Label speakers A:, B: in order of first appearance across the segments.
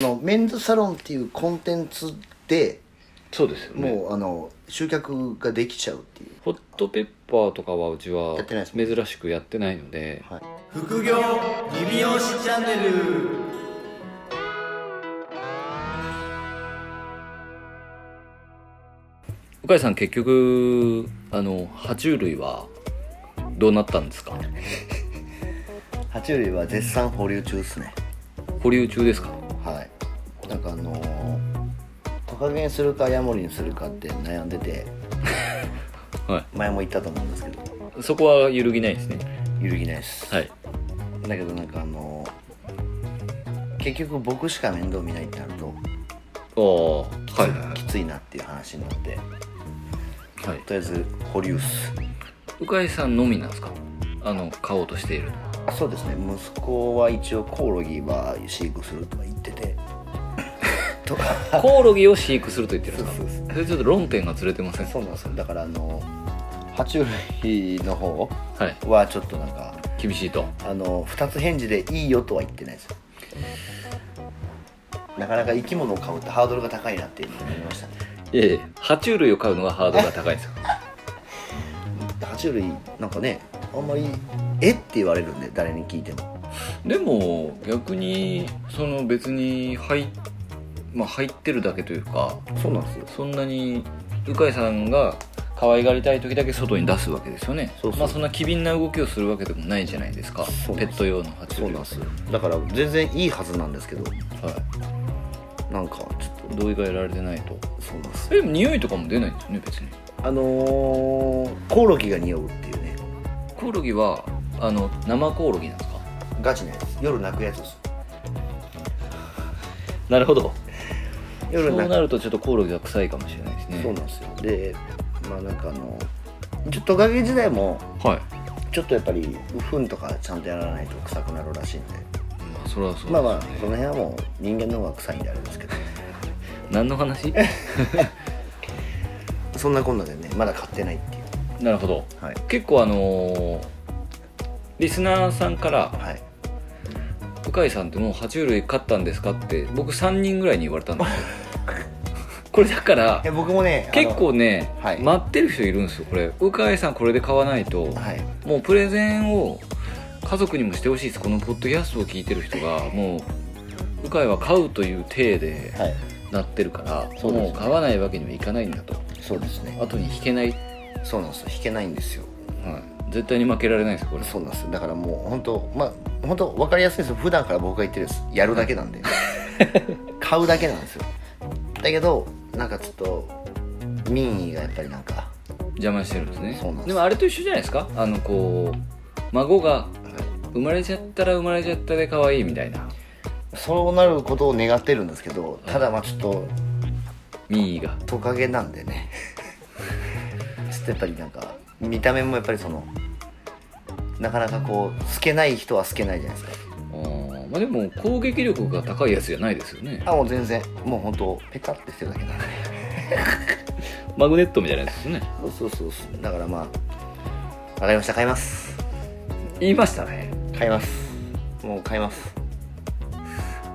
A: のメンズサロンっていうコンテンツで
B: そうですよね
A: もう、あの集客ができちゃうっていう
B: ホットペッパーとかはうちは
A: やってないです
B: 珍しくやってないので
C: 副業リビオシチャンネル
B: 向井さん結局あの爬虫類はどうなったんですか
A: 爬虫類は絶賛保留中ですね
B: 保留中ですか
A: はいなんかあのートカゲにするかヤモリにするかって悩んでて
B: は
A: 前も言ったと思うんですけど
B: いそこは揺るぎないですね
A: 揺るぎないです、
B: はい
A: だけどなんかあのー結局僕しか面倒見ないってなると
B: ああは
A: きついなっていう話になって
B: い、はい、
A: とりあえず保留っす
B: 鵜飼さんのみなんですかあの買おうとしているのは
A: そうですね息子は一応コオロギは飼育するとは言って てとか
B: コオロギを飼育すると言ってるんですか
A: そうそう
B: それちょっと論点がずれてません
A: そうなんですよだからあの爬虫類の方
B: はい
A: はちょっとなんか
B: 厳しいと
A: あの2つ返事でいいよとは言ってないですよなかなか生き物を飼うってハードルが高いなっていうのを思いましたね
B: いやいや爬虫類を飼うのがハードルが高いんですよ
A: 爬虫類なんかねあんまりえって言われるんで誰に聞いても
B: でも逆にその別に入,、まあ、入ってるだけというか
A: そうなんですよ
B: そんなに鵜飼さんが可愛がりたい時だけ外に出すわけですよね
A: そうそう
B: まあ、そんな機敏な動きをするわけでもないじゃないですか
A: そうな
B: ペ
A: んです
B: ット用の爬虫
A: そう
B: 類
A: なん
B: は
A: ですよだから全然いいはずなんですけどなんかちょっ
B: い同意が得られてないと
A: とそうなんですよ
B: えでも匂いとかも出ないんですよね別に
A: あのー、コオロギが匂うっていうね
B: コオロギはあの生コオロギなんですか
A: ガチなやつ夜泣くやつです
B: なるほど
A: 夜
B: そう
A: 泣く
B: なるとちょっとコオロギは臭いかもしれないですね
A: そうなんですよでまあなんかあのちょっとトカゲ時代も
B: はい、
A: ちょっとやっぱり糞とかちゃんとやらないと臭くなるらしいんで
B: まあ、それはそうですね
A: まあまあその辺はもう人間の方が臭いんであれですけど
B: 何の話
A: そんなこんなでねまだ買ってないっていう
B: なるほど
A: はい
B: 結構あのーリスナーさんから
A: はい
B: 「鵜飼さんってもう爬虫類飼ったんですか?」って僕3人ぐらいに言われた んですよこれだから
A: え僕もねあの
B: 結構ね、
A: はい
B: 待ってる人いるんですよこれ鵜飼さんこれで買わないと
A: はい
B: もうプレゼンを家族にもしてほしいですこのポッドキャストを聞いてる人がもう鵜飼は飼うという体で
A: はい
B: なってるから、
A: そうですね
B: もう買わないわけにはいかないんだと
A: そうですね
B: 後に引けない、
A: そうなんですよ引けないんですよ
B: はい、絶対に負けられないですこれ
A: そうなんですよだからもう本当まあ本当分かりやすいですよ普段から僕が言ってるですやるだけなんで買うだけなんですよだけどなんかちょっと民意がやっぱりなんか
B: 邪魔してるんですね
A: そうなんです
B: もあれと一緒じゃないですかあのこう孫が生まれちゃったら生まれちゃったで可愛いみたいな
A: そうなることを願ってるんですけどただまあちょっと
B: 民意が
A: トカゲなんでねちょっとやっぱりなんか見た目もやっぱりそのなかなかこう透けない人は透けないじゃないですか
B: あーまあでも攻撃力が高いやつじゃないですよね
A: あもう全然もう本当ペタってしてるだけなんで
B: マグネットみたいなやつですね
A: そうそうそうそうだからまあわかりました買います
B: 言いましたね
A: 買いますもう買います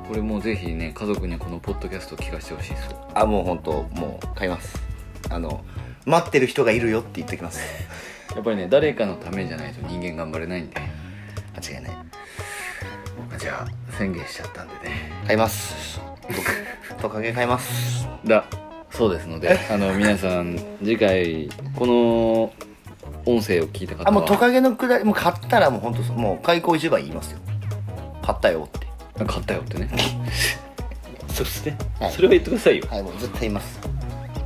B: これもうぜひね家族にこのポッドキャストを聞かせてほしいです
A: あもう本当もう買いますあの待ってる人がいるよって言っておきます
B: やっぱりね誰かのためじゃないと人間頑張れないんで
A: 間違いない
B: じゃあ宣言しちゃったんでね
A: 買いますトトカゲ買います
B: だそうですのであの皆さん次回この音声を聞いた方は
A: あもうトカゲのくだりもう買ったらもう本当もう開口一番言いますよ買ったよって
B: 買ったよってね そして、
A: はい
B: それは言ってくださいよ
A: はいもう絶対言います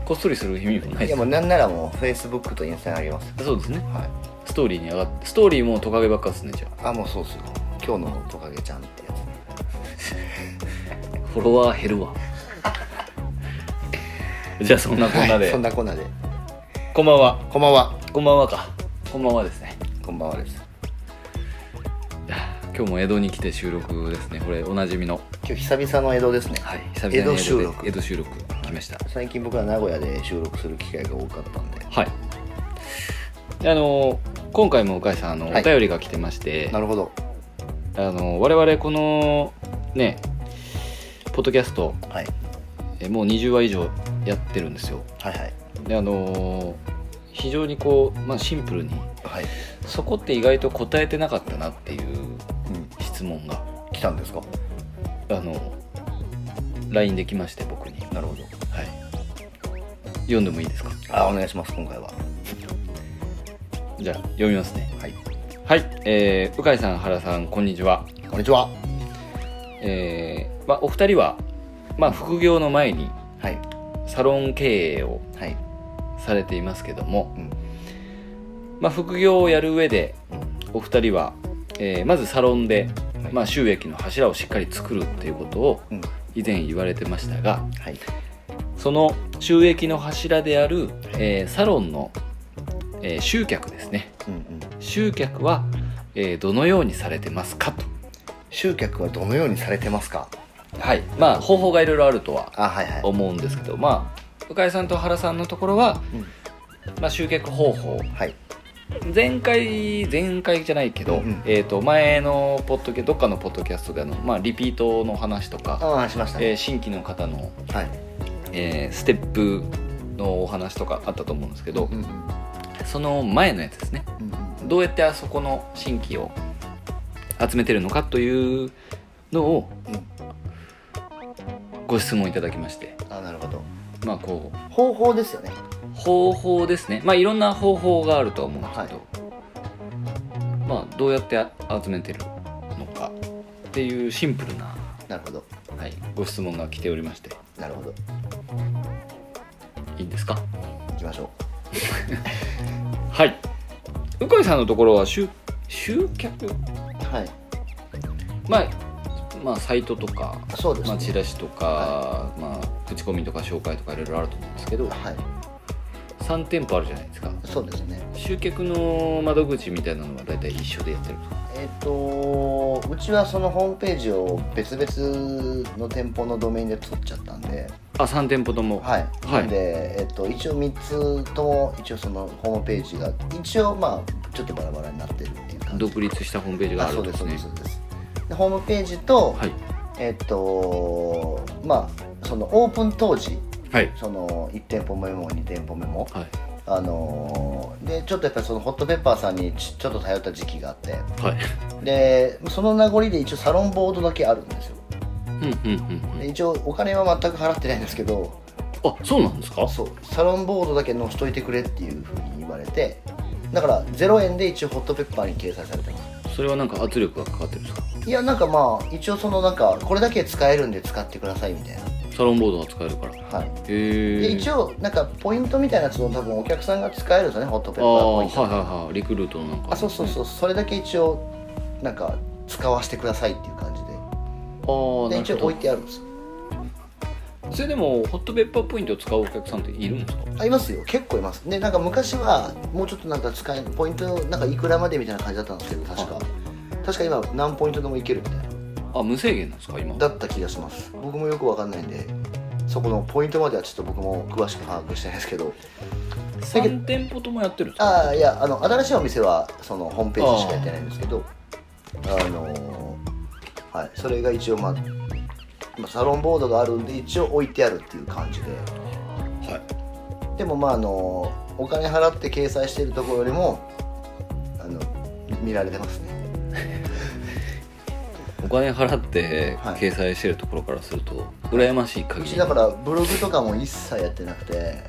B: こっそりする意味もない
A: いや
B: です
A: もうなんならもうフェイスブックとインスタにあげます
B: そうですね
A: はい
B: ストーリーに上がってストーリーもトカゲばっかですねじゃ
A: あもうそうっすよ今日のトカゲちゃんってやつね
B: あフォロワー減るわ じゃあそんなこんな
A: は
B: で、
A: いそんなこんなで
B: こんばんは
A: こんばんは
B: こんばんはかこんばんはですね
A: こんばんはです
B: いや今日も江戸に来て収録ですねこれおなじみの
A: 今日久々の江戸ですね、
B: はい久々に
A: 江戸
B: で
A: 収録
B: 江戸収録来ました
A: 最近僕は名古屋で収録する機会が多かったんで
B: はいであの今回も鵜飼さんあの、
A: はい
B: お便りが来てまして
A: なるほど
B: あの我々このねポッドキャスト、
A: はい
B: えーもう20話以上やってるんですよ
A: はいはい
B: であのー非常にこう、まあ、シンプルに
A: はい、
B: そこって意外と答えてなかったなっていう
A: うん、
B: 質問が
A: 来たんですか
B: あの LINE できまして僕に、はい、
A: なるほど
B: 読んでもいいですか
A: あお願いします今回は
B: じゃあ読みますね
A: はい
B: はい、えー、鵜飼さん原さんこんにちは
A: こんにちは
B: えーまあ、お二人は、まあ、副業の前に
A: はい
B: サロン経営を
A: はい
B: されていますけども、
A: うん
B: まあ、副業をやる上で
A: うん
B: お二人は、えーまずサロンで、
A: はい
B: まあ、収益の柱をしっかり作るっていうことを
A: うん
B: 以前言われてましたが
A: はい
B: その収益の柱である、えーサロンの、えー集客ですね
A: うんうん
B: 集客は、えーどのようにされてますかと
A: 集客はどのようにされてますか
B: はいまあ方法がいろいろあるとは
A: あはいはい
B: 思うんですけどまあ向井さんと原さんのところは、まあ、集客方法
A: はい
B: 前回前回じゃないけ
A: う
B: ど、
A: ん
B: えー、と前のポッドキャどっかのポッドキャストであの、まあ、リピートの話とか、
A: ああしました
B: えー
A: ね、
B: 新規の方の、
A: はい、
B: えーステップのお話とかあったと思うんですけど
A: うんうん
B: その前のやつですね
A: うんうん
B: どうやってあそこの新規を集めてるのかというのを
A: うん
B: ご質問いただきまして
A: あなるほど
B: まあこう
A: 方法ですよね
B: 方法ですねまあいろんな方法があるとは思うんですけど、まあどうやって集めてるのかっていうシンプルな、
A: なるほど
B: はい、ご質問が来ておりまして
A: なるほど
B: いいんですか
A: 行きましょ
B: はい鵜飼さんのところは集集客
A: うはい
B: まあまあサイトとか、
A: そうです
B: まあ、
A: ね
B: チラシとか、まあ、口コミとか紹介とかいろいろあると思うんですけど
A: はい
B: 3店舗あるじゃないですか
A: そうですね
B: 集客の窓口みたいなのは大体一緒でやってると
A: えっ、とうちはそのホームページを別々の店舗のドメインで取っちゃったんで
B: あ3店舗とも
A: はい、
B: は
A: な
B: い
A: んで、えっと、一応3つとも一応そのホームページが一応まあちょっとバラバラになってるっていう感じ
B: 独立したホームページが
A: あ
B: ある
A: そ
B: ん
A: うで
B: です
A: そ
B: す
A: うで
B: ね
A: すそうですでホームページと、
B: はい
A: えっとまあそのオープン当時
B: はい
A: その1店舗目も2店舗目も
B: はい
A: あのーでちょっとやっぱりそのホットペッパーさんにちちょっと頼った時期があって
B: はい
A: でその名残で一応サロンボードだけあるんですよ
B: うんうんうんう
A: で
B: ん
A: 一応お金は全く払ってないんですけど
B: あそうなんですか
A: そうサロンボードだけ載しといてくれっていうふうに言われてだから0円で一応ホットペッパーに掲載されてます
B: それはなんか圧力がかかってるんですか
A: いやなんかまあ一応そのなんかこれだけ使えるんで使ってくださいみたい
B: サロンボードが使えるからへ
A: なはいで
B: え
A: 一応なんかポイントみたいなやつを多分お客さんが使えるんですよねホットペッ
B: あ
A: パーポ
B: あ
A: イン
B: はい
A: ト
B: はいはいリクルートのなんか
A: あそうそうそうそれだけ一応なんか使わせてくださいっていう感じで
B: ああ
A: で
B: な
A: 一
B: る
A: 応
B: ほ
A: 置いてあるんですよ
B: どそれでもホットペッパーポイントを使うお客さんっているんですか
A: あいますよ結構いますでなんか昔はもうちょっとなんか使えポイントなんかいくらまでみたいな感じだったんですけど確か
B: は
A: 確か今何ポイントでもいけるみたいな
B: あ無制限なんですか今
A: だった気がします僕もよくわかんないんでそこのポイントまではちょっと僕も詳しく把握してないですけど
B: 3店舗ともやってるんですか
A: ああいやあの新しいお店はそのホームページしかやってないんですけどあのーはいそれが一応まあまあサロンボードがあるんで一応置いてあるっていう感じで
B: はい
A: でもまああのーお金払って掲載してるところよりもあの見られてますね
B: お金払って
A: はい
B: 掲載してるところからすると羨ましいう限
A: ち
B: り
A: だからブログとかも一切やってなくて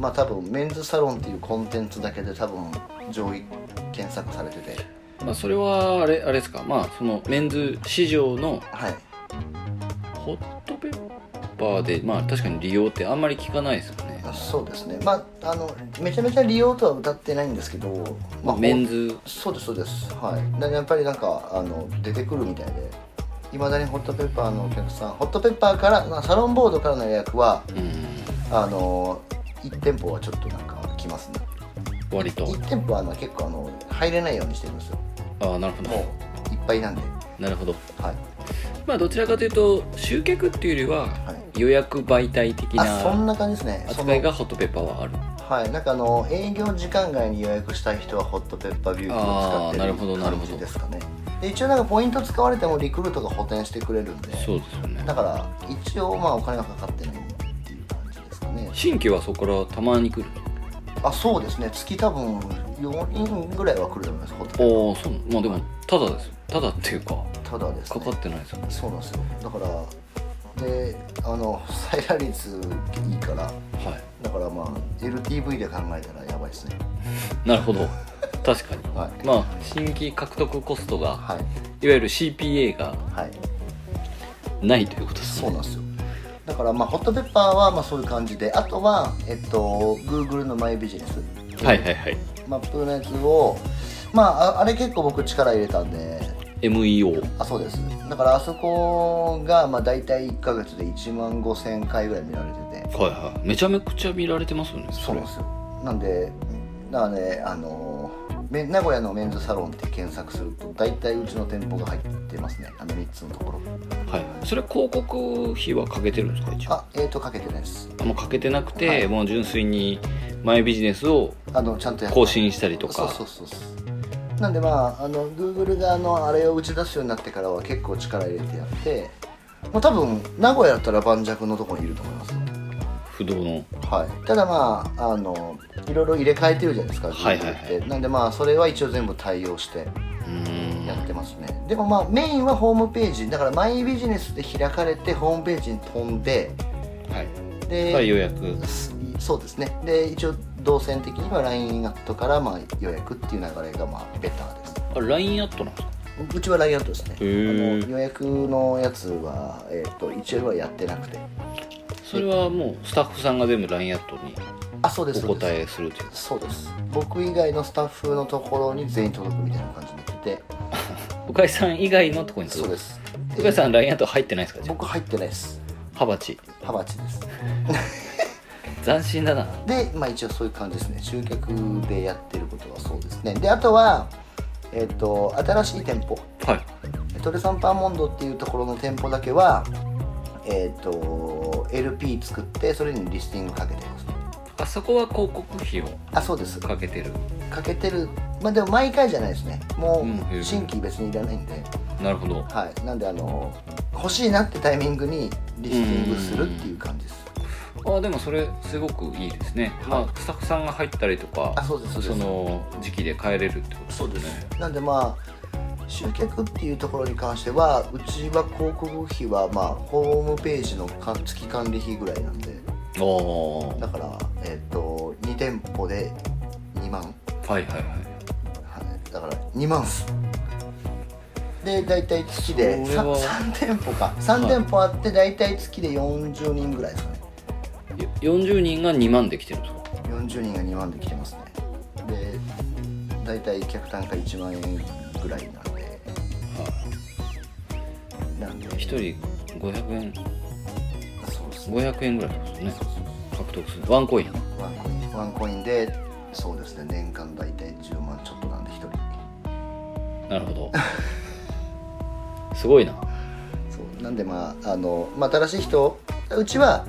A: まあ多分メンズサロンっていうコンテンツだけで多分上位検索されてて
B: まあそれはあれあれですかまあそのメンズ市場の
A: はい
B: ホットペッパーでまあ確かに利用ってあんまり聞かないですよね
A: あそうですねまああのめちゃめちゃ利用とは歌ってないんですけど、まあ、
B: メンズ
A: そうですそうですはいでやっぱりなんかあの出てくるみたいでいまだにホットペッパーのお客さんホットペッパーから、まあ、サロンボードからの予約は
B: うん
A: あの1店舗はちょっとなんか来ますね
B: 割と
A: 1店舗はあの結構あの入れないようにしてるんですよ
B: ああなるほど
A: もういっぱいなんで
B: なるほど
A: はい
B: まあどちらかというと集客っていうよりは
A: はい
B: 予約媒体的
A: あそん
B: な
A: な感じですね
B: 扱いがホットペッパーはある
A: そのはいなんかあの営業時間外に予約したい人はホットペッパービューティーを使って
B: あーなるほどなるほど
A: 感じですかねで一応なんかポイント使われてもリクルートが補填してくれるんで
B: そうですよね
A: だから一応まあお金がかかってないっていう感じですかね
B: 新規はそこからたまに来る
A: あそうですね月多分4人ぐらいは来ると思いますホテル
B: おおそうまあでもただですよただっていうか
A: ただです
B: か
A: ね
B: かってないですよね
A: そうなんですよだからであの再来率いいから
B: はい
A: だからまあ LTV で考えたらやばいですね
B: なるほ ど確かに
A: はい
B: まあ新規獲得コストが
A: はい
B: いわゆる CPA が
A: はい
B: ないということです
A: そう
B: ね
A: なんですよだからまあホットペッパーはまあそういう感じであとはえっと Google のマイビジネス
B: はいはいはい
A: マップのやつをまあああれ結構僕力入れたんで
B: MEO
A: あそうですだからあそこがまあ大体1ヶ月で1万5000回ぐらい見られてて
B: はいはいめちゃめちゃ見られてますよね
A: そう
B: れ
A: なんですよなんでだからねあのめ名古屋のメンズサロンって検索すると大体うちの店舗が入ってますねあの3つのところ
B: はいはいそれは広告費はかけてるんですか一応
A: あえっ、とかけてないです
B: あもうかけてなくて、
A: はい
B: もう純粋にマイビジネスを
A: あのちゃんとやって
B: 更新したりとか
A: そうそうそうそうなんでまああの Google があのあれを打ち出すようになってからは結構力入れてやってもう多分名古屋だったら盤石のところにいると思いますよ
B: 不動の
A: はい、ただまああのいろいろ入れ替えてるじゃないですか
B: はいはいはい
A: Google ってなんでまあそれは一応全部対応して
B: うーん
A: やってますね、でもまあメインはホームページだからマイビジネスで開かれてホームページに飛んで
B: はい
A: で、
B: はい予約
A: すそうですねで一応動線的には LINE アットからまあ予約っていう流れがまあベターです
B: あ LINE アットなんですか
A: うちは LINE アットですねあ
B: へー
A: の予約のやつは、えっと一応はやってなくて
B: それはもうスタッフさんが全部 LINE アットに
A: あそうです
B: お
A: そうです
B: 答えするという
A: そうです僕以外のスタッフのところに全員届くみたいな感じになってて
B: 鵜飼さん以外のとこに
A: そう
B: る
A: です
B: 鵜飼さん LINE アット入ってないですかじゃ
A: 僕入ってないです
B: あハバチ
A: ハバチです
B: 斬新だな
A: でまあ一応そういう感じですね集客でやってることはそうですねであとはえっ、と新しい店舗
B: はい
A: トレサンパーモンドっていうところの店舗だけはえっ、と LP 作ってそれにリスティングかけてますね
B: あそこは広告費を
A: あそうです
B: かけてる
A: かけてるまあでも毎回じゃないですねも
B: うんへえ
A: う新規別にいらないんで、
B: なるほど
A: はいなんであの欲しいなってタイミングにリスティングするっていう感じです
B: あでもそれすごくいいですね、まあ、スタッフさんが入ったりとか
A: あそうですそうです
B: その時期で帰れるってことですね
A: なんでまあ集客っていうところに関してはうちは広告費はまあホームページのか月管理費ぐらいなんで
B: おー
A: だからえっ、と2店舗で2万
B: はいはいは
A: は
B: い
A: いだから2万っすで大体月で
B: それは
A: 3, 店舗か3店舗あって大体月で40人ぐらいですかね
B: よ40人が2万で来てるんですか
A: 40人が2万で来てますねで大体客単価1万円ぐらいなんでなんで
B: 1人500円
A: そうですね
B: 500円ぐらいですね獲得するワンコイン
A: ワンコインワンコインでそうですね年間大体10万ちょっとなんで1人
B: なるほ どすごいな
A: そうなんでまああの、まあ、新しい人うちは、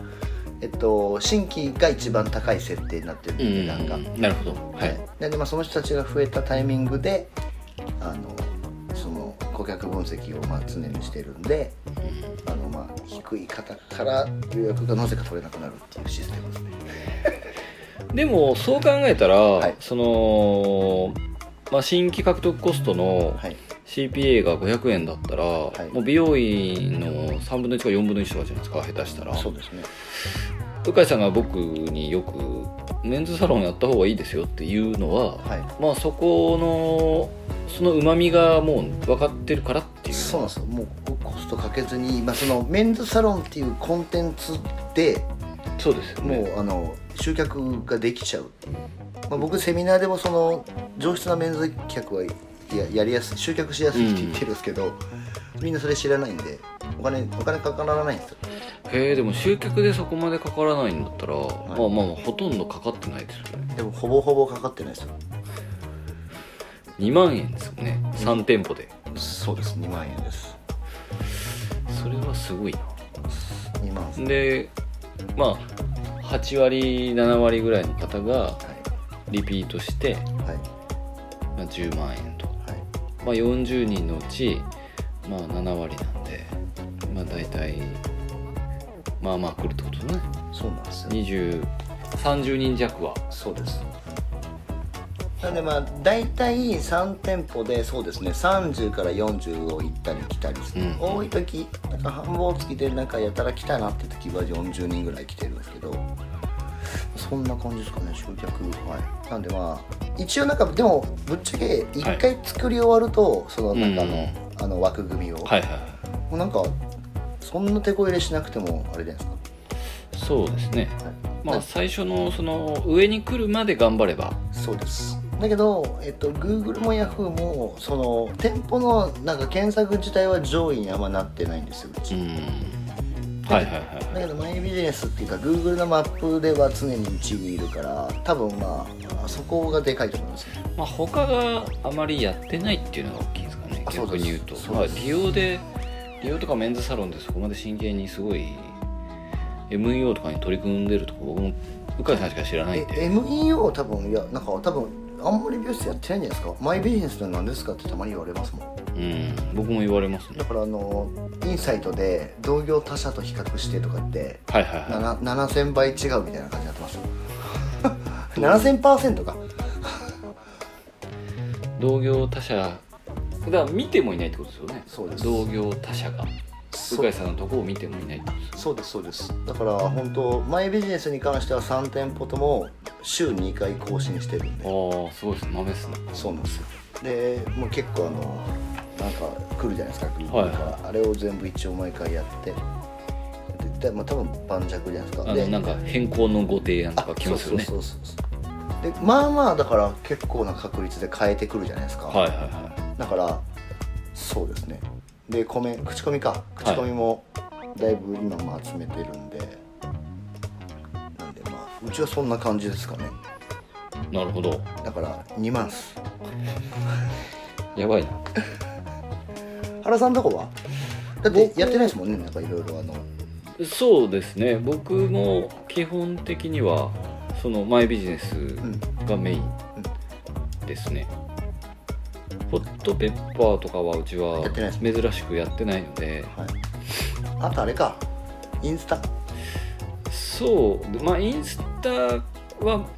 A: えっと、新規が一番高い設定になってる
B: うん
A: で値
B: ん
A: 段が、
B: なるほどはい、
A: なんでまあその人たちが増えたタイミングであのその顧客分析をまあ常にしてるんであのまあ低い方から予約がなぜか取れなくなるっていうシステムですね
B: でもそう考えたら、
A: い
B: その、まあ、新規獲得コストの
A: はい
B: CPA が500円だったら、
A: い
B: もう美容院の3分の1か4分の1とかじゃないですか下手したら
A: そうですね
B: 鵜飼さんが僕によくメンズサロンやった方がいいですよっていうのは、
A: はい
B: まあそこのそのうまみがもう分かってるからっていう
A: そうなんですよもうコストかけずに、まあ、そのメンズサロンっていうコンテンツで
B: そうですよ
A: も
B: ね
A: うあの集客ができちゃうっていう、まあ、僕セミナーでもその上質なメンズ客はいややりやすい集客しやすいって言ってるんですけど、みんなそれ知らないんでお金お金かからないんですよ
B: へえでも集客でそこまでかからないんだったら、
A: い
B: まあまあまあほとんどかかってないですよね
A: でもほぼほぼかかってないですよ
B: 2万円ですよね3店舗で
A: そうです2万円です
B: それはすごいな
A: 2万です
B: でまあ8割7割ぐらいの方が
A: は
B: リピートして、
A: いはい
B: まあ、10万円と
A: はい
B: まあ、40人のうち、まあ、7割なんで、まあ、大体まあまあ来るってことだね
A: そうなんですよ
B: 2030人弱は
A: そうですなんでまあ大体3店舗でそうですね30から40を行ったり来たりして、
B: うん
A: 多い時なんか繁忙月でなんかやたら来たなって時は40人ぐらい来てるんですけどそんな感じですかね集客はいなんでまあ一応なんかでもぶっちゃけ1回作り終わると、そのなんかあの,、
B: うん
A: あの枠組みを、
B: はいはいはい
A: もうなんかそんな手こ入れしなくてもあれじゃないです
B: そうですね
A: か、はい
B: まあ最初のその上に来るまで頑張れば
A: そうですだけど、えっと、Google も Yahoo もその店舗のなんか検索自体は上位にあんまなってないんですよう
B: う
A: ち、
B: んはいはいはい
A: だけどマイビジネスっていうか Google のマップでは常に1位にいるから多分まあそこがでかいと思いますね
B: まあ、他があまりやってないっていうのが大きいですかね
A: あそう
B: 逆
A: です
B: に言うと
A: そう
B: まあ、
A: です
B: 利用で利用とかメンズサロンでそこまで真剣にすごい MEO とかに取り組んでるとこ僕も鵜飼さんしか知らないん
A: え
B: で
A: MEO 多分いやなんか多分あんまり美容室やってないんじゃないですかマイビジネスって何ですかってたまに言われますもん
B: うん僕も言われますね
A: だからあのインサイトで同業他社と比較してとかって
B: はいはいは
A: なな7000倍違うみたいな感じになって ますよ7000%か
B: い同業他社だから見てもいないってことですよね
A: そうです
B: 同業他社が鵜
A: そ
B: 飼さんのとこを見てもいないってことです
A: そうですそうですだから本当マイビジネスに関しては3店舗とも週2回更新してるんで
B: ああすごいですね豆ですね
A: そうなんですよでもう結構あのなんか来るじゃないですか来る
B: はい
A: から、あれを全部一応毎回やってででまあ多分盤石じゃないですか
B: あの
A: で
B: なんか変更のご提案とか来ますよね
A: そうそうそうそうでまあまあだから結構な確率で変えてくるじゃないですか、
B: はいはいは
A: だからそうですねでコメ口コミか口コミもだいぶ今も集めてるんで、なんでまあうちはそんな感じですかね
B: いなるほど
A: だから2万っす
B: やばいな
A: 原さんとこはだってやってないですもんねなんかいろいろあの
B: そうですね僕も基本的にはそのマイビジネス
A: うん
B: がメインですね、ホットペッパーとかはうちは
A: やってない
B: 珍しくやってないので
A: はいあとあれかインスタ
B: そうまあインスタは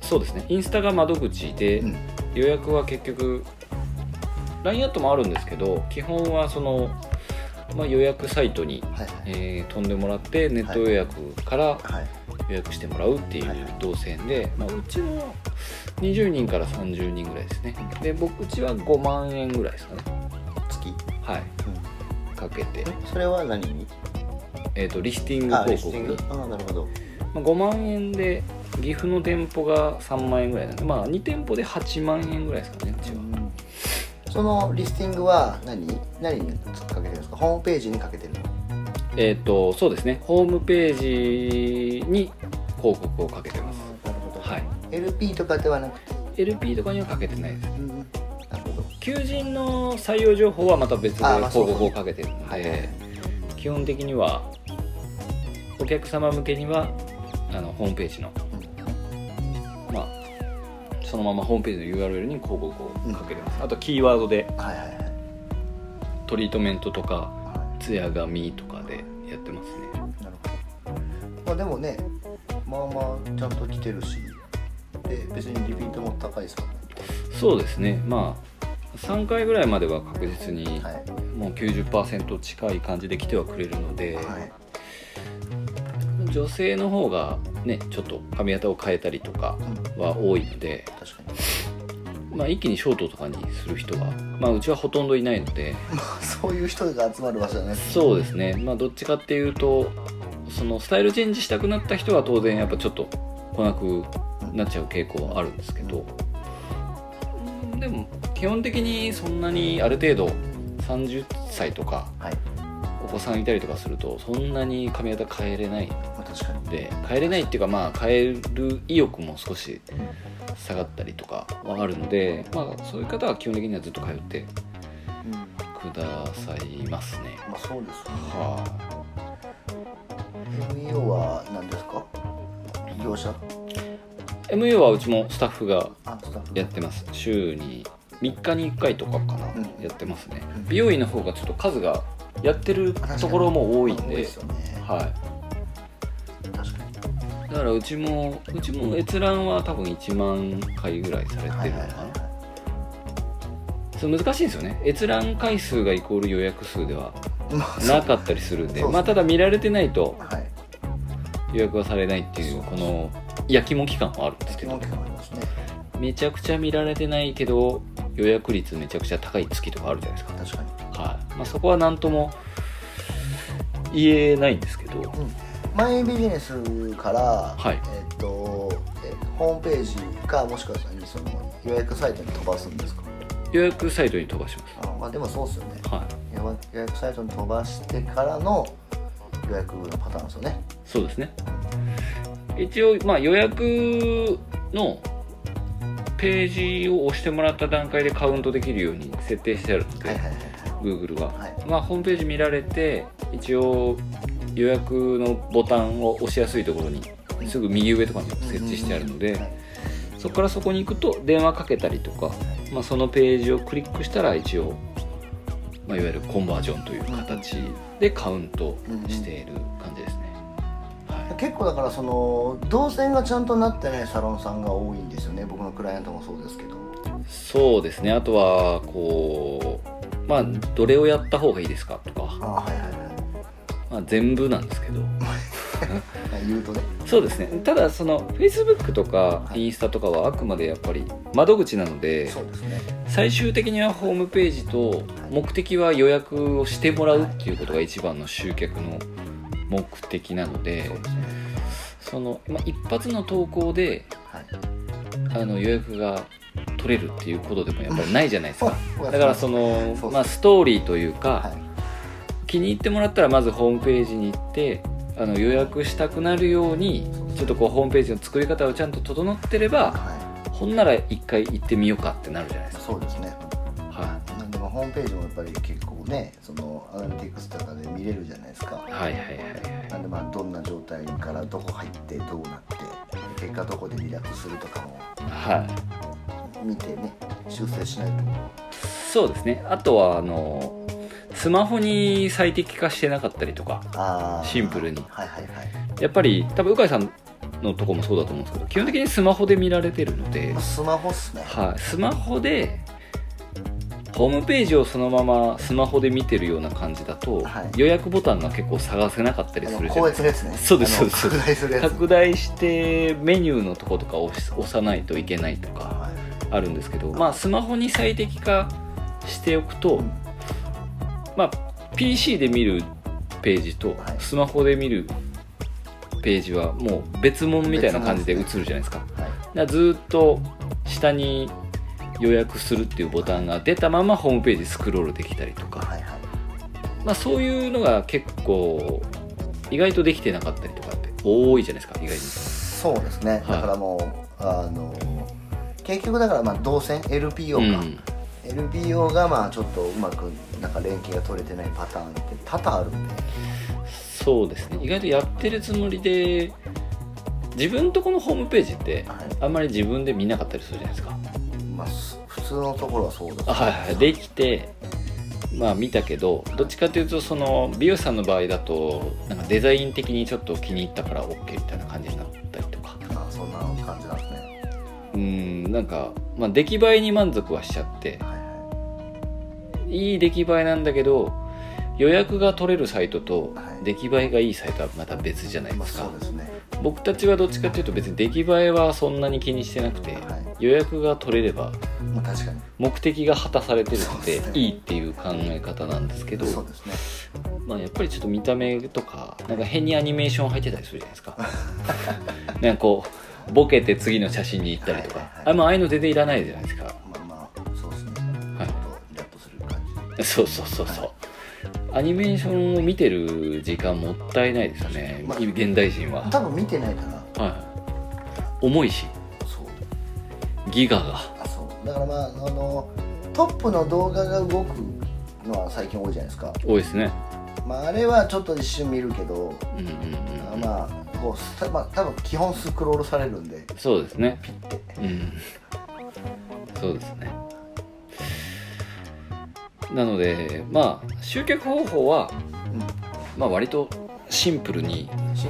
B: そうですねインスタが窓口で、
A: うん
B: 予約は結局 LINE アットもあるんですけど基本はその、まあ、予約サイトに、
A: はいはい
B: えー飛んでもらってネット予約から
A: はい
B: 予約してもらうってい
A: はいは
B: う
A: い
B: 動線で、まあ、うちの20人から30人ぐらいですねで僕うちは5万円ぐらいですかね
A: 月、
B: はい
A: うん
B: かけて、
A: それは何に
B: えー、とリスティング
A: あリ
B: 広
A: ス
B: 告
A: ティングあなるほど
B: まあ、5万円で岐阜の店舗が3万円ぐらいなんで、まあ、2店舗で8万円ぐらいですかねうちは
A: そのリスティングは何何にかけてるんですかホームページにかけてるの
B: えっ、とそうですねホームページに広告をかけてます
A: なるほど、
B: はい
A: LP とかではなくて、
B: LP とかにはかけてないです
A: なるほど
B: 求人の採用情報はまた別で
A: あーまあ
B: 広告をかけてるので、
A: はいはいはい
B: 基本的にはお客様向けにはあのホームページの、まあ、そのままホームページの URL に広告をかけてます、あとキーワードで
A: はいはいはい
B: トリートメントとか
A: は
B: ツヤ髪とかでやってますね
A: いなるほどまあでもねまあまあちゃんと来てるしで別にリピートも高いですからね
B: そうですねまあ3回ぐらいまでは確実に
A: はい
B: もう90%近い感じで来てはくれるので、
A: はい
B: 女性の方がねちょっと髪型を変えたりとか
A: うん
B: は多いので、
A: 確かに
B: まあ、一気にショートとかにする人は、まあ、うちはほとんどいないので
A: そういう人が集まる場所じゃないです
B: そうですね、まあ、どっちかっていうとそのスタイルチェンジしたくなった人は当然やっぱちょっと来なくなっちゃう傾向はあるんですけど、うんでも基本的にそんなにある程度30歳とか
A: はい、
B: お子さんいたりとかするとそんなに髪型変えれない
A: まあ、確かに
B: で変えれないっていうかまあ変える意欲も少し下がったりとかはあるので、まあ、そういう方は基本的にはずっと通って
A: うんま
B: くださいますね。
A: あそうですよね
B: は
A: MEO は何ですか業者
B: あ、MU はうちもスタッフが
A: あスタッフ
B: やってます週に3日に1回とかかな、
A: うん
B: やってますね
A: うん
B: 美容院の方がちょっと数がやってるところも多いん
A: 多いで
B: です
A: よね
B: は
A: 確かに
B: い、だからうちもうちも閲覧は多分1万回ぐらいされてるのかな、
A: はいはいはいはい
B: そう難しいんですよね閲覧回数がイコール予約数では
A: まあ
B: なかったりするんで
A: そうそう
B: まあただ見られてないと
A: はい
B: 予約はされないっていうこのやきもき感はあるんです
A: 月
B: け
A: も
B: ど
A: 結構ありますね
B: めちゃくちゃ見られてないけど予約率めちゃくちゃ高い月とかあるじゃないです
A: 確かに
B: か、はいまあ、そこは何とも言えないんですけど
A: マイビジネスから、
B: はい
A: えっとえホームページかもしくはその予約サイトに飛ばすんですか
B: 予約サイトに飛ばしま
A: あまあでもそうっすよね
B: すはい
A: 予約予約サイトに飛ばしてからの予約のパターンですよね
B: そうですね一応、まあ、予約のページを押してもらった段階でカウントできるように設定してあるので、
A: はいはいはい
B: Google は、
A: はい
B: まあ、ホームページ見られて一応予約のボタンを押しやすいところにすぐ右上とかに設置してあるので、
A: うんうんうん
B: そこからそこに行くと電話かけたりとか、まあ、そのページをクリックしたら一応、まあ、いわゆるコンバージョンという形でカウントしている感じですね、はい
A: 結構だからその動線がちゃんとなってないサロンさんが多いんですよね僕のクライアントもそうですけど
B: そうですねあとはこうまあどれをやった方がいいですかと
A: あ
B: か、
A: はいはいは
B: まあ、全部なんですけど
A: い言うとね
B: そうですねただその Facebook とかインスタとかはあくまでやっぱり窓口なので
A: そうですね
B: 最終的にはホームページと目的は予約をしてもらうっていうことが一番の集客の目的なので
A: そうですね
B: その、まあ、一発の投稿で
A: はい
B: あの予約が取れるっていうことでもやっぱりないじゃないです
A: そう
B: か
A: そう
B: だからそ
A: そう
B: の
A: そう、
B: まあ、ストーリーという
A: は
B: か
A: い
B: 気に入ってもらったらまずホームページに行ってあの予約したくなるようにちょっとこうホームページの作り方をちゃんと整ってれば
A: は
B: ほんなら一回行ってみようかってなるじゃない
A: い
B: です
A: そうですね
B: か、は
A: なんでもホームページもやっぱり結構ねそのアナリティクスとかで見れるじゃないですか
B: い、はいはいはいはい
A: なんでまあどんな状態からどこ入ってどうなって結果どこで離脱するとかも
B: はい
A: 見てね修正しないと
B: そうですねあとはあのスマホに最適化してなかったりとか
A: あー
B: シンプルに
A: はいはいはい
B: やっぱり多分鵜飼さんのとこもそうだと思うんですけど基本的にスマホで見られてるので
A: まあ、スマホっすね
B: はい、スマホでホームページをそのままスマホで見てるような感じだと、
A: はい
B: 予約ボタンが結構探せなかったり
A: あ
B: す
A: の
B: るじゃ
A: こ
B: な
A: う
B: い
A: や
B: で
A: つ
B: す
A: のやつね
B: そうです
A: あの
B: そう
A: 拡
B: です
A: 大する
B: か
A: やつ
B: 拡大してメニューのとことかを押し押さないといけないとか
A: は
B: あるんですけど、まあ、スマホに最適化しておくと、
A: ん
B: まあ、PC で見るページと
A: はい
B: スマホで見るページはもう別物みたいな感じで映るじゃないですか。
A: いはい
B: だからずーっと下に予約するっていうボタンが出たままホームページスクロールできたりとか、
A: はいはい
B: まあ、そういうのが結構意外とできてなかったりとかって多いじゃないですか意外に
A: そうですね、
B: はい
A: だからもうあの結局だからまあ動線 LPO か、
B: うん、
A: LPO がまあちょっとうまくなんか連携が取れてないパターンって多々あるんで
B: そうですね意外とやってるつもりで自分とこのホームページって
A: はい
B: あんまり自分で見なかったりするじゃないですか
A: まあ、す普通のところはそうです
B: あはいはいできてまあ見たけどどっちかというとその美容師さんの場合だとなんかデザイン的にちょっと気に入ったから OK みたいな感じになったりとか
A: あそんな感じなんですね
B: うんなんか、まあ、出来栄えに満足はしちゃって
A: はいはい
B: い出来栄えなんだけど予約が取れるサイトと
A: はい
B: 出来栄えがいいサイトはまた別じゃな
A: い
B: いで
A: まあ
B: すか、
A: そうですね
B: 僕たちはどっちかというと別に出来栄えはそんなに気にしてなくて
A: は
B: 予約が取れれば
A: いまあ確かに
B: 目的が果たされてるので
A: そうですね
B: いいっていう考え方なんですけど、
A: そうですね
B: まあ、やっぱりちょっと見た目とかなんか変にアニメーション入ってたりするじゃないですか なんかこうボケて次の写真に行ったりとか、
A: はいはいはい
B: あまあああいうの全然いらないじゃないですか
A: まあまあそうですね
B: は
A: ちょっと
B: い
A: イラッとする感じ
B: そうそうそうそう、アニメーションを見てる時間もったいないですよね、
A: まあ
B: 現代人は、
A: 多分見てないから
B: はい、重いし
A: そう
B: ギガが
A: あそうだからまああのトップの動画が動くのは最近多いじゃないですか
B: 多いですね
A: まああれはちょっと一瞬見るけど
B: うんうんうん
A: まあこうスタまあ多分基本スクロールされるんで
B: そうですね
A: ピッて
B: うんそうですねなのでまあ集客方法は、まあ、割とシンプルに
A: シンプルですね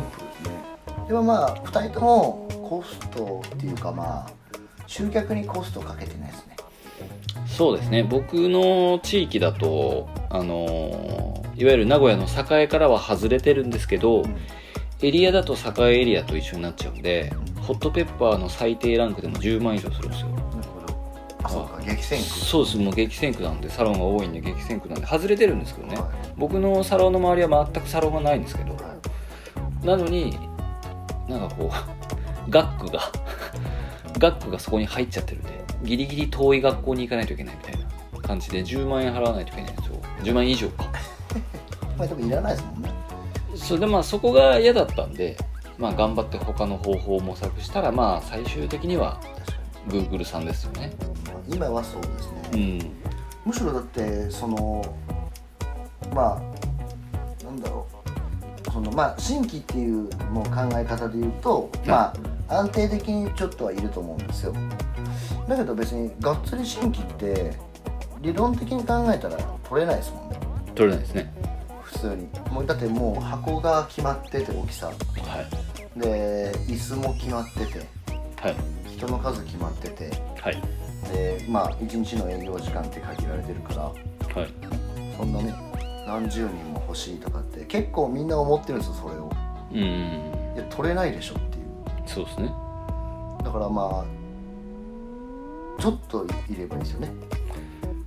A: でもまあ2人ともコストっていうかまあ集客にコストをかけてないですね
B: そうですね僕の地域だとあのーいわゆる名古屋の栄からは外れてるんですけど、エリアだと栄エリアと一緒になっちゃうんでホットペッパーの最低ランクでも10万以上するんですよ
A: なるほどあそうか激戦区
B: そうですもう激戦区なんでサロンが多いんで激戦区なんで外れてるんですけどね
A: は
B: 僕のサロンの周りは全くサロンがないんですけど
A: いはい
B: なのになんかこう 学区が学区がそこに入っちゃってるんでギリギリ遠い学校に行かないといけないみたいな感じで10万円払わないといけないんですよ10万円以上 か
A: まあでもいらないですもんね
B: それでまあそこが嫌だったんでまあ頑張って他の方法を模索したらまあ最終的には
A: 確か
B: Google さんですよね
A: に、まあ今はそうですね、
B: うん
A: むしろだってそのまあなんだろうそのまあ新規っていうの考え方で言うとまあ安定的にちょっとはいると思うんですよだけど別にがっつり新規って理論的に考えたら取れないですもんね
B: 取れないですね
A: 普通にもうだってもう箱が決まってて大きさ
B: はい
A: で椅子も決まってて
B: はい
A: 人の数決まってて
B: はい
A: でまあ1日の営業時間って限られてるから
B: はい
A: そんなね何十人も欲しいとかって結構みんな思ってるんですよそれを
B: うん
A: いや取れないでしょっていう
B: そうですね
A: だからまあちょっといればいいですよね、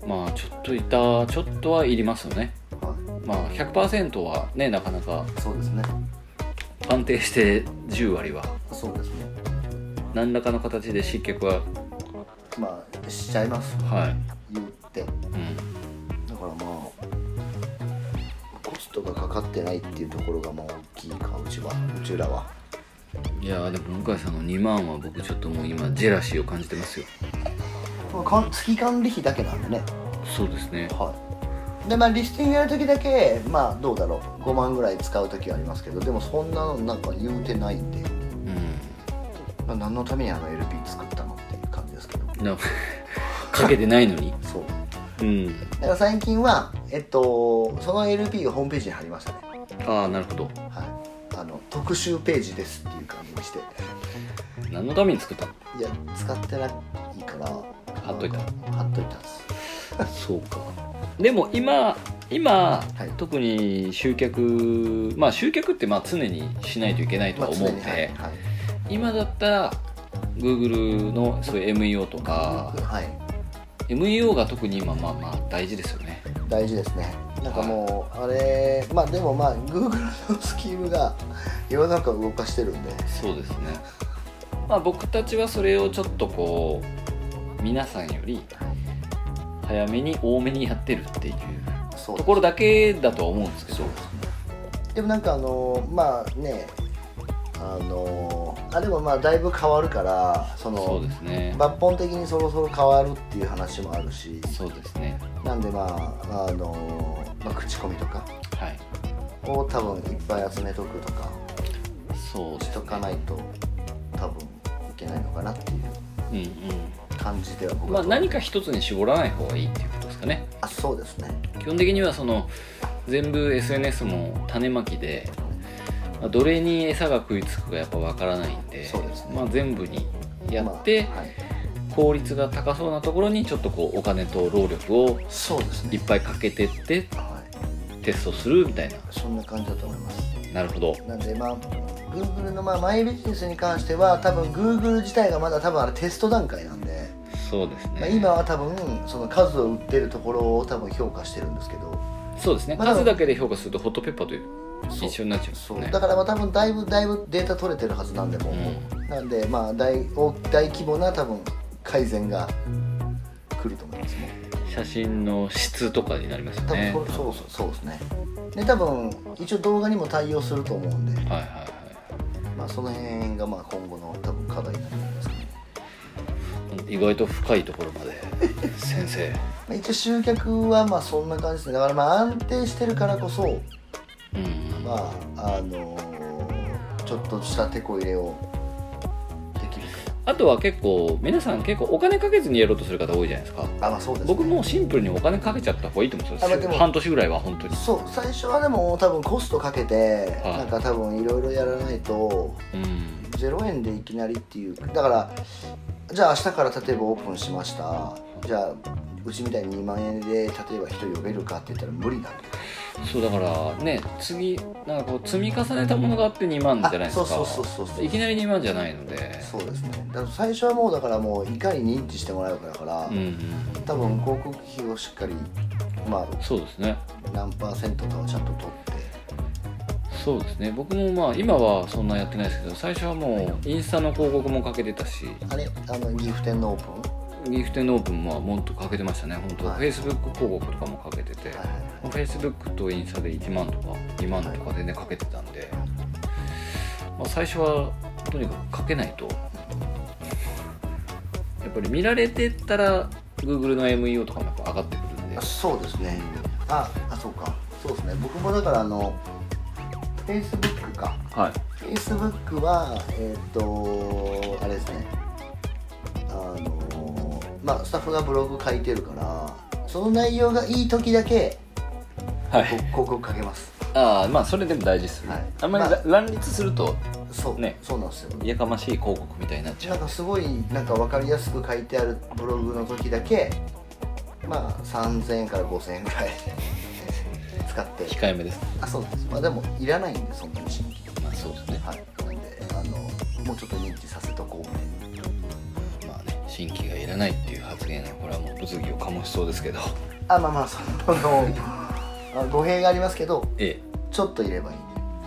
B: まあちょっといたちょっとはいりますよね
A: は
B: まあ100%はねなかなか
A: い、そうですね
B: 安定して10割は
A: そうですね
B: 何らかの形で失脚は
A: まあしちゃいます
B: はい、
A: 言ってだか
B: うん、
A: らまあコストがかかってないっていうところがまあ大きいかうちはうちらはい
B: やーでも向井さんの2万は僕ちょっともう今ジェラシーを感じてますよ
A: まあかん月管理費だけなんでね
B: そうですね
A: はいでまあリスティングやるときだけまあどうだろう5万ぐらい使うときはありますけどでもそんなのなんか言うてないんで、
B: うん
A: まあ、何のためにあの LP 作ったのっていう感じですけど
B: な かけてないのに
A: そう
B: うん
A: だから最近はえっとその LP がホームページに貼りましたね
B: ああなるほど
A: はいあの特集ページですっていう感じにして
B: 何のために作ったの
A: いや使ってないから貼
B: っといた
A: 貼っといたんです
B: そうかでも今今、
A: はい
B: 特に集客まあ集客ってまあ常にしないといけないとは思う
A: 常
B: ん
A: に
B: で、
A: はいはい
B: 今だったら Google のそういう MEO とか
A: はい、
B: MEO が特に今まあまあ大事ですよね
A: 大事ですねなんかもう、あれまあでもまあ Google のスキームが 世の中を動かしてるんで
B: そうですねまあ僕たちはそれをちょっとこう皆さんより早めに多めにやってるっていう
A: そう
B: ところだけだとは思うんですけ
A: そ
B: ど
A: うですねでもなんかあのまあねあのあでもまあだいぶ変わるからその
B: そうですね
A: 抜本的にそろそろ変わるっていう話もあるし
B: そうですね
A: なんでまああの、まあ、口コミとか
B: はい
A: を多分いっぱい集めとくとか
B: そうで
A: し
B: す
A: と
B: ね
A: かないと多分いけないのかなっていう
B: うん
A: 感じでは
B: うん
A: 僕
B: ま
A: は
B: あ何か一つに絞らない方がいいっていうことですかね
A: あそうですね
B: 基本的にはその全部 SNS も種まきでまあどれに餌が食いつくかやっぱわからないんで
A: そうですね
B: まあ、全部にやって、
A: まあはい、
B: 効率が高そうなところにちょっとこうお金と労力を
A: そうです
B: いっ
A: ね
B: ぱいかけてって
A: はい
B: テストするみたいな
A: そんな感じだと思います
B: なるほど
A: なんでまあ Google のまあマイビジネスに関しては多分 Google 自体がまだ多分あれテスト段階なんで、
B: そうですね、
A: まあ、今は多分その数を売ってるところを多分評価してるんですけど
B: そうですね、
A: まあ
B: 数だけで評価するとホットペッパーという
A: そう
B: 一緒になっちゃいます
A: そう、
B: ね
A: だからまあ多分だいぶだいぶデータ取れてるはずなんでもう、なんでまあ大大大規模な多分改善が来ると思いますね
B: 写真の質とかになりますよ
A: 多分
B: ね
A: そ,、そうそうそうですねで多分一応動画にも対応すると思うんで、
B: はいはいは
A: まあ、その辺がまあ今後の多分課題になるんですけどね
B: い意外と深いところまで 先生
A: まあ一応集客はまあそんな感じですねだからまあ安定してるからこそ
B: うん
A: まああのーちょっとした手こ入れをできるか
B: あとは結構皆さん結構お金かけずにやろうとする方多いじゃないですか
A: あまあそうです、ね、
B: 僕もうシンプルにお金かけちゃった方がいいと思うんです
A: あまあで
B: よ
A: も
B: 半年ぐらいは本当に
A: そう最初はでも多分コストかけて、
B: はい
A: なんか多分いろいろやらないと
B: うん
A: 0円でいきなりっていうだからじゃあ明日から例えばオープンしましたじゃあうちみたいに2万円で例えば1人呼べるかって言ったら無理なんだよ
B: そうだからね次なんかこう積み重ねたものがあって2万じゃないですか
A: あそうそうそうそうそう
B: きなり2万じゃないので
A: そうですねだから最初はもうだからもういかに認知してもらうかだから、
B: うんうん
A: 多分広告費をしっかりま
B: そうですね
A: あ何パーセントかはちゃんと取って
B: そうですね僕もまあ今はそんなやってないですけど最初はもうインスタの広告もかけてたし
A: あれあの岐阜店のオープン
B: ギフテンオープンももっとかけてましたね本当、
A: はい
B: フェイスブック広告とかもかけてて、
A: はいはいはい
B: フェイスブックとインスタで1万とか2万とか全然かけてたんで、まあ、最初はとにかくかけないとやっぱり見られてたら Google の MEO とかもやっぱ上がってくるんで
A: あそうですねああそうかそうですね僕もだからあの Facebook か
B: はい
A: Facebook はえっ、とあれですねあのまあスタッフがブログ書いてるからその内容がいい時だけこ
B: はい
A: 広告かけます
B: ああまあそれでも大事ですね、
A: はい
B: あんま
A: ま
B: り
A: あ
B: 乱立すると
A: そう、
B: ね
A: そうなんですよ
B: やかましい広告みたいになっちゃ
A: なんかすごいなんか分かりやすく書いてあるブログの時だけまあ3000円から5000円ぐ らい使って
B: う控えめですね
A: あそうですまあでもいらないんでそんなに新規
B: まあそうですね
A: はいなんであのもうちょっと認知させとこう
B: まあね新規がいらないっていう発言はこれはもう物議を醸しそうですけど
A: あまあまあそのあのあ語弊がありますけど
B: ええ
A: ちょっといればいい、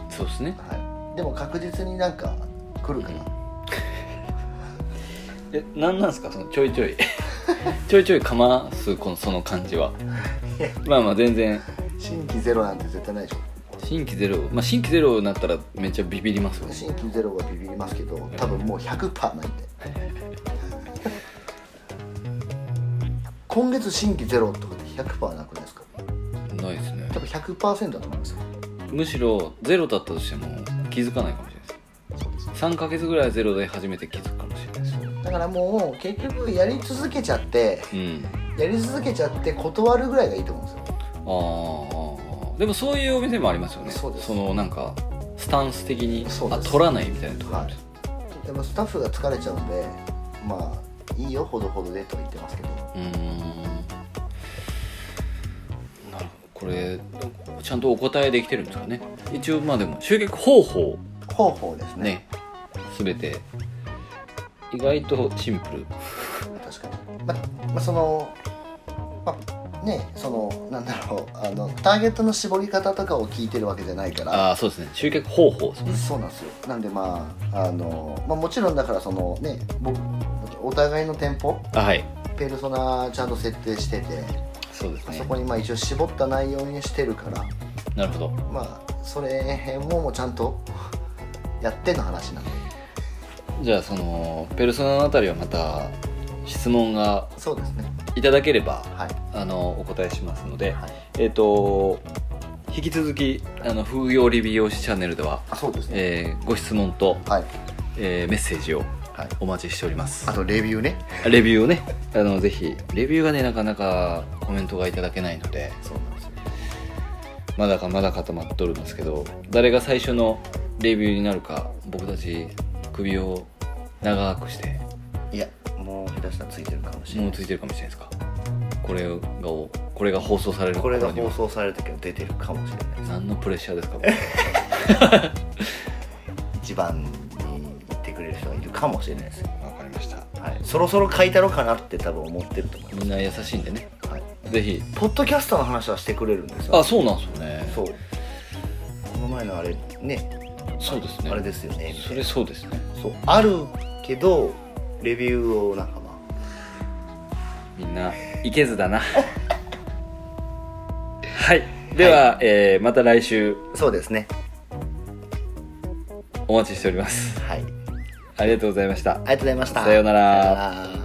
B: そうですね
A: はい、でも確実になんか来るかな、
B: えなんなんですかそのちょいちょい ちょいちょいかますこのその感じは まあまあ全然
A: 新規ゼロなんて絶対ないでしょ
B: 新規ゼロまあ新規ゼロになったらめっちゃビビりますよ
A: 新規ゼロはビビりますけど多分もう100%ないんで今月新規ゼロとかで100%なくないですか
B: ないですね
A: 多分100%だと思いますよ
B: むしろゼロだったとしても気づかないかもしれない
A: そうです
B: です3ヶ月ぐらいゼロで初めて気づくかもしれないです
A: だからもう結局やり続けちゃって
B: うん
A: やり続けちゃって断るぐらいがいいと思うんですよ
B: あーあーでもそういうお店もありますよね
A: そうです
B: のなんかスタンス的に
A: そう
B: あ
A: です
B: 取らないみたいなところあ
A: は
B: る
A: いでもスタッフが疲れちゃうんでまあいいよほどほどでとは言ってますけど
B: うーんなるほどこれちゃんとお答えできてるんですかね一応まあでも集客方法
A: 方法ですね
B: ね全て意外とシンプル
A: 確かにままあそのまあねそのなんだろうあのターゲットの絞り方とかを聞いてるわけじゃないから
B: ああそうですね集客方法ですね
A: そうなんですよなんでまああの、まあ、もちろんだからそのね僕お互いの店舗
B: あはい
A: ペルソナちゃんと設定してて
B: そうです
A: そ
B: ね
A: こにまあ一応絞った内容にしてるから
B: なるほど
A: まあそれももうちゃんと やっての話なんで
B: じゃあそのペルソナのあたりはまた質問が
A: そうですね
B: いただければ
A: はい
B: あのお答えしますので、
A: はい
B: えっ、と引き続きあの風曜理美容師チャンネルでは、
A: あそうですね、
B: えーご質問と
A: はい
B: えーメッセージを
A: はい
B: お待ちしております、
A: あとレビューね
B: レビューをねあのぜひレビューがねなかなかコメントがいただけないので
A: そうなんですよ
B: まだかまだ固まっとるんですけど誰が最初のレビューになるか僕たち首を長くして
A: いやもう下手したらついてるかもしれ
B: も
A: な
B: う
A: い
B: ついてるかもしれないですかこれがこれが放送される
A: これが
B: 頃に
A: 放
B: は
A: 送される時は出てるかもしれない
B: 何のプレッシャーで すか
A: 一番に言ってくれる人がいるかもしれないですよ、
B: わかりました
A: はい、そろそろ書いたろかなって多分思ってると思いま
B: みんな優しいんでね
A: す、はい、
B: ぜひ
A: ポッドキャストの話はしてくれるんですよ
B: あそうなんですよね
A: そうこの前のあれね
B: そうですね
A: あれですよね
B: それそうですね
A: そうあるけどレビューをなんかまあ
B: みんな、いけずだ な。はい。では、えーまた来週
A: そうですね
B: お待ちしております。
A: はいあり
B: ありがとうございました。
A: がとうございました
B: さようなら
A: さようなら